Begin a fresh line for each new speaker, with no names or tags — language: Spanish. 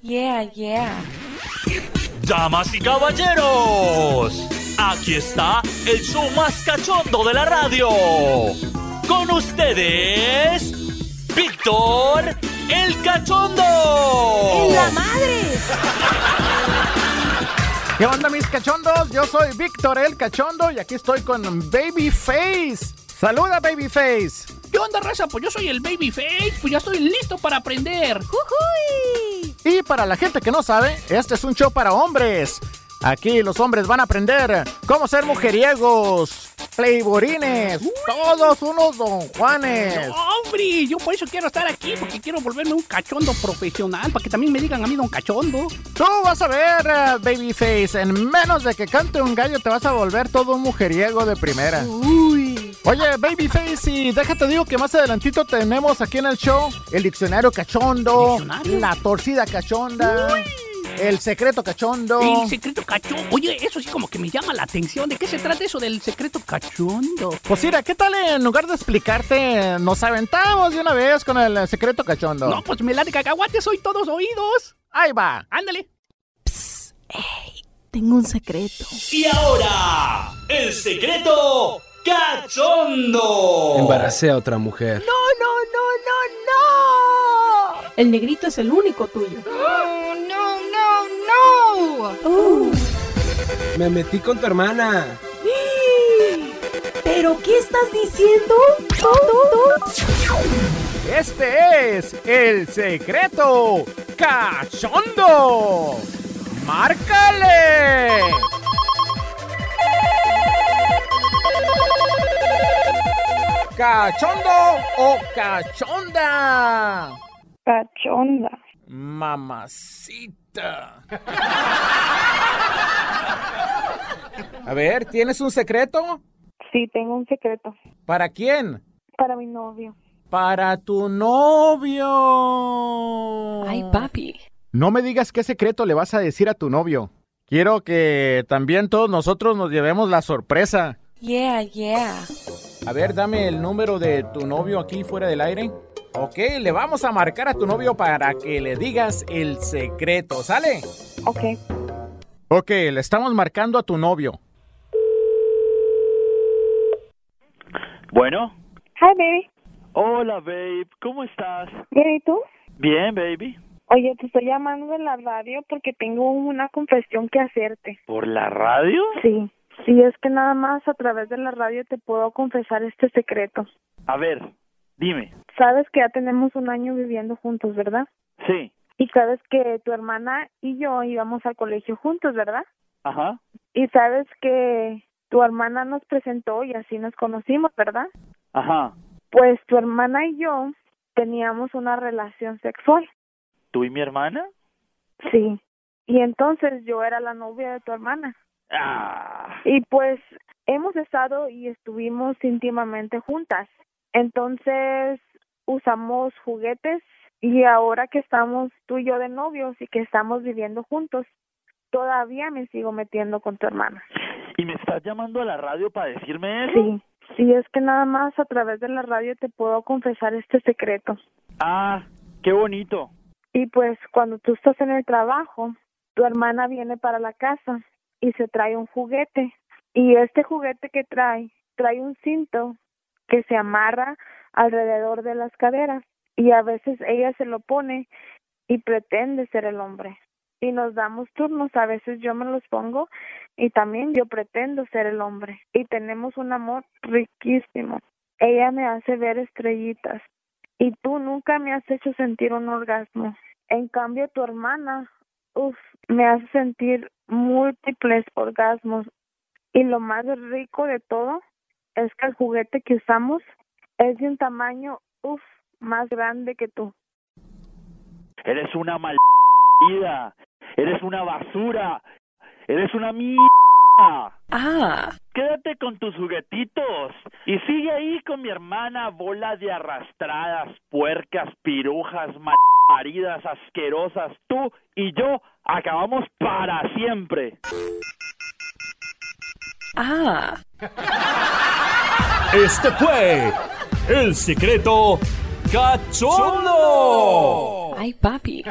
Yeah, yeah.
Damas y caballeros, aquí está el show más cachondo de la radio. Con ustedes, Víctor el Cachondo.
¡En la madre!
¿Qué onda mis cachondos? Yo soy Víctor el Cachondo y aquí estoy con Babyface. Saluda Babyface.
¿Qué onda, raza? Pues yo soy el Babyface, pues ya estoy listo para aprender.
¡Jujuy!
Y para la gente que no sabe, este es un show para hombres. Aquí los hombres van a aprender cómo ser mujeriegos, playborines, todos unos don Juanes.
No, hombre, yo por eso quiero estar aquí, porque quiero volverme un cachondo profesional, para que también me digan a mí don cachondo.
Tú vas a ver, eh, Babyface, en menos de que cante un gallo te vas a volver todo un mujeriego de primera.
Uy.
Oye, Babyface, y déjate digo que más adelantito tenemos aquí en el show el diccionario cachondo,
¿Diccionario?
la torcida cachonda, el secreto cachondo.
El secreto cachondo. Oye, eso sí como que me llama la atención. ¿De qué se trata eso del secreto cachondo?
Pues mira, ¿qué tal en lugar de explicarte, nos aventamos de una vez con el secreto cachondo?
No, pues me la de cacahuate, soy todos oídos.
Ahí va.
Ándale.
Tengo un secreto.
Y ahora, el secreto cachondo.
Embaracé a otra mujer.
¡No, no, no, no, no!
El negrito es el único tuyo.
¡No, no, no!
Me metí con tu hermana.
¿Pero qué estás diciendo?
Este es el secreto cachondo. ¡Márcale! ¿Cachondo o cachonda?
Cachonda.
Mamacita. A ver, ¿tienes un secreto?
Sí, tengo un secreto.
¿Para quién?
Para mi novio.
Para tu novio.
Ay, papi.
No me digas qué secreto le vas a decir a tu novio. Quiero que también todos nosotros nos llevemos la sorpresa.
Yeah, yeah.
A ver, dame el número de tu novio aquí fuera del aire. Ok, le vamos a marcar a tu novio para que le digas el secreto, ¿sale?
Ok.
Ok, le estamos marcando a tu novio.
Bueno.
Hi, baby.
Hola, babe. ¿Cómo estás?
Bien, ¿y tú?
Bien, baby.
Oye, te estoy llamando de la radio porque tengo una confesión que hacerte.
¿Por la radio?
Sí. Sí, es que nada más a través de la radio te puedo confesar este secreto.
A ver, dime.
Sabes que ya tenemos un año viviendo juntos, ¿verdad?
Sí.
Y sabes que tu hermana y yo íbamos al colegio juntos, ¿verdad?
Ajá.
Y sabes que tu hermana nos presentó y así nos conocimos, ¿verdad?
Ajá.
Pues tu hermana y yo teníamos una relación sexual.
¿Tú y mi hermana?
Sí. Y entonces yo era la novia de tu hermana.
Ah.
Y pues hemos estado y estuvimos íntimamente juntas. Entonces usamos juguetes y ahora que estamos tú y yo de novios y que estamos viviendo juntos, todavía me sigo metiendo con tu hermana.
¿Y me estás llamando a la radio para decirme eso?
Sí. Sí, es que nada más a través de la radio te puedo confesar este secreto.
Ah, qué bonito.
Y pues cuando tú estás en el trabajo, tu hermana viene para la casa y se trae un juguete. Y este juguete que trae, trae un cinto que se amarra alrededor de las caderas. Y a veces ella se lo pone y pretende ser el hombre. Y nos damos turnos, a veces yo me los pongo y también yo pretendo ser el hombre. Y tenemos un amor riquísimo. Ella me hace ver estrellitas y tú nunca me has hecho sentir un orgasmo. En cambio, tu hermana, uff, me hace sentir múltiples orgasmos. Y lo más rico de todo es que el juguete que usamos es de un tamaño, uff, más grande que tú.
Eres una mal... Eres una basura. Eres una mierda.
Ah,
Quédate con tus juguetitos y sigue ahí con mi hermana, bola de arrastradas, puercas, pirujas, mal- maridas, asquerosas. Tú y yo acabamos para siempre.
ah.
Este fue el secreto cachondo.
Ay, papi.